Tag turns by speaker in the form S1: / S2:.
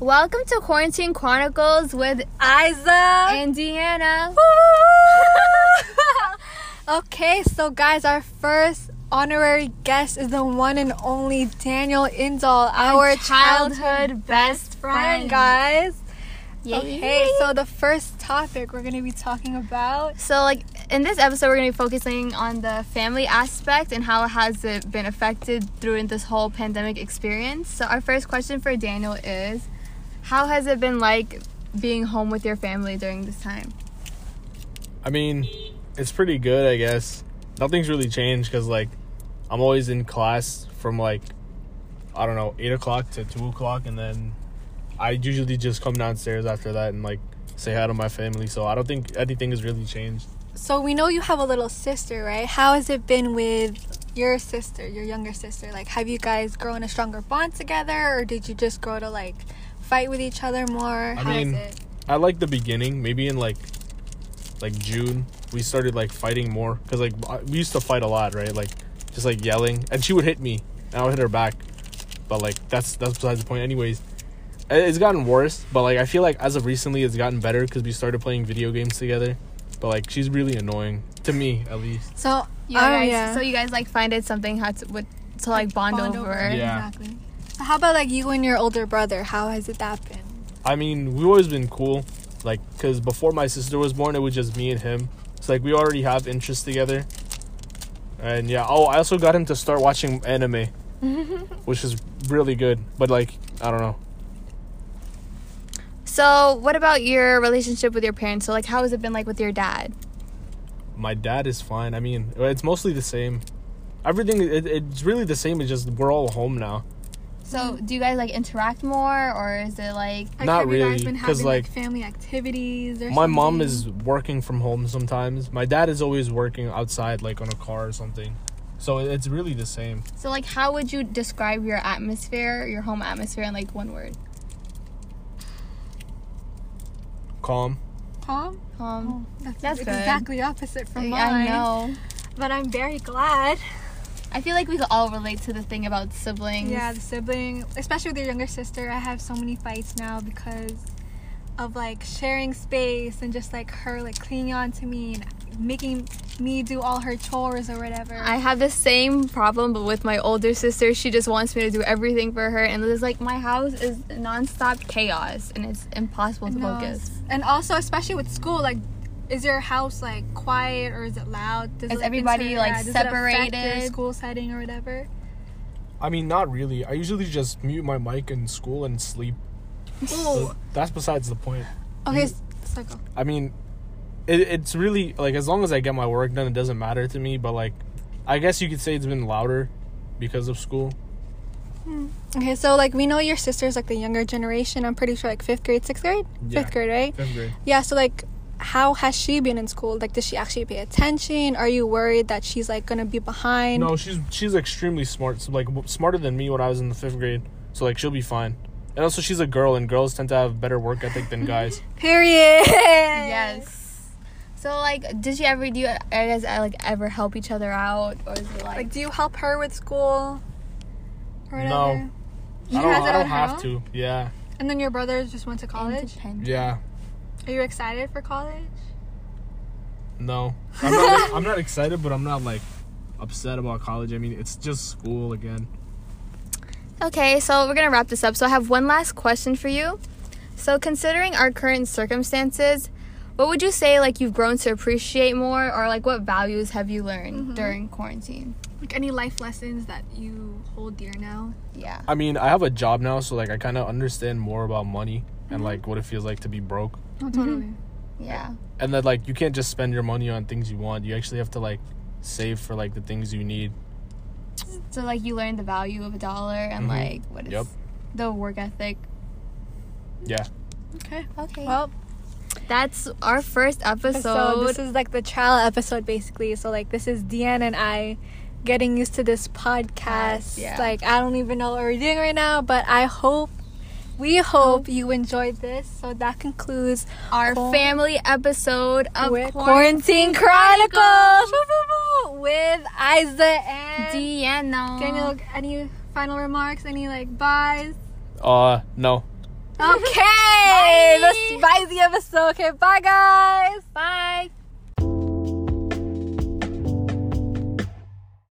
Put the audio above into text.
S1: Welcome to Quarantine Chronicles with
S2: Isa.
S1: Indiana.
S2: okay, so guys, our first honorary guest is the one and only Daniel Indall, our childhood
S1: best
S2: friend, guys.
S1: Yay.
S2: Okay, so the first topic we're gonna be talking about.
S1: So, like in this episode, we're gonna be focusing on the family aspect and how has it been affected during this whole pandemic experience. So, our first question for Daniel is, how has it been like being home with your family during this time?
S3: I mean, it's pretty good, I guess. Nothing's really changed because, like, I'm always in class from, like, I don't know, 8 o'clock to 2 o'clock, and then I usually just come downstairs after that and, like, say hi to my family. So I don't think anything has really changed.
S2: So we know you have a little sister, right? How has it been with your sister, your younger sister? Like, have you guys grown a stronger bond together, or did you just grow to like fight with each other more? How is
S3: mean-
S2: it?
S3: At, like, the beginning, maybe in, like, like June, we started, like, fighting more because, like, I- we used to fight a lot, right? Like, just, like, yelling. And she would hit me, and I would hit her back. But, like, that's that's besides the point, anyways. It- it's gotten worse but like i feel like as of recently it's gotten better because we started playing video games together but like she's really annoying to me at least
S2: So,
S1: You
S2: oh,
S1: guys,
S2: yeah.
S1: So you guys like find it something how to with, to like, bond, over.
S3: Yeah.
S2: Exactly. So how about like you and your older brother? How has it that been?
S3: i mean we've always been cool like because before my sister was born it was just me and him so like we already have interests together and yeah oh i also got him to start watching anime which is really good but like i don't know
S1: So, what about your relationship with your parents? So, like, how has it been like with your dad?
S3: my dad is fine i mean it's mostly the same everything it, it's really the same it's just we're all home now
S1: So,
S2: Mm.
S1: do you guys like interact more, or is it like?
S2: Like,
S3: Not
S2: have you guys
S3: really,
S2: been
S3: 'cause,
S2: having like,
S3: like,
S2: family activities or
S3: my mom
S2: something?
S3: is working from home sometimes my dad is always working outside like on a car or something so it- it's really the same
S1: So, like, how would you describe your atmosphere, your home atmosphere, in like one word?
S3: calm
S2: calm.
S1: Um,
S2: That's,
S1: That's good.
S2: exactly opposite from
S1: I
S2: mine.
S1: know.
S2: but I'm very glad.
S1: I feel like we could all relate to the thing about siblings.
S2: Yeah, the sibling, especially with your younger sister, I have so many fights now because of like sharing space and just like her like clinging on to me and making me do all her chores or whatever.
S1: I have the same problem, but with my older sister, she just wants me to do everything for her, and it's like my house is nonstop chaos, and it's impossible to
S2: No,
S1: focus.
S2: And also, especially with school, like, is your house like quiet or is it loud? Does
S1: Is
S2: it, like,
S1: everybody,
S2: inter-
S1: like,
S2: does it affect your
S1: separated?
S2: school setting or whatever?
S3: i mean not really i usually just mute my mic in school and sleep
S2: Oh,
S3: But that's besides the point
S2: okay. s- So go.
S3: i mean it, it's really like as long as i get my work done it doesn't matter to me but like i guess you could say it's been louder because of school
S2: Okay, so like we know your sister's like the younger generation. I'm pretty sure like fifth grade, sixth grade,
S3: Yeah.
S2: fifth grade, right?
S3: fifth grade
S2: Yeah. So like, how has she been in school? Like, does she actually pay attention? Are you worried that she's like gonna be behind?
S3: no she's she's extremely smart so like w- smarter than me when i was in the fifth grade so like she'll be fine and also she's a girl and girls tend to have better work ethic than guys
S2: Period.
S1: Yes. So like, did you ever do you guys uh, like ever help each other out, or is it like,
S2: Like, do you help her with school? Or
S3: No.
S2: whatever? has
S3: I
S2: it
S3: don't, I
S2: on
S3: don't
S2: her
S3: have
S2: own?
S3: to. Yeah.
S2: And then your brother just went to college.
S1: independent?
S3: Yeah.
S2: Are you excited for college?
S3: No. I'm not, I'm not excited, but I'm not like upset about college. I mean, it's just school again.
S1: Okay, so we're gonna wrap this up. So I have one last question for you. So considering our current circumstances, what would you say like you've grown to appreciate more, or like what values have you learned
S2: Mm-hmm.
S1: during quarantine?
S2: Like any life lessons that you hold dear now?
S1: Yeah.
S3: I mean, I have a job now, so like I kind of understand more about money and like what it feels like to be broke.
S2: Oh, totally.
S1: Yeah.
S3: And that like you can't just spend your money on things you want. You actually have to like save for like the things you need.
S1: So like you learned the value of a dollar and
S3: Mhm.
S1: like what is
S3: Yep.
S1: the work ethic.
S3: Yeah.
S2: Okay.
S1: Okay.
S2: Well,
S1: that's our first episode.
S2: so this is like the trial episode basically. So like this is Deanna and I getting used to this podcast.
S1: Yeah.
S2: Like I don't even know what we're doing right now, but I hope we hope you enjoyed this. So that concludes
S1: our
S2: Quar-
S1: family episode of
S2: with
S1: Quarantine.
S2: Quarantine Chronicles Woo, woo, woo, with Isa and
S1: Deanna.
S2: Daniel. Any final remarks? Any like buys?
S3: Uh, no.
S2: Okay, the spicy episode. Okay, bye guys.
S1: Bye.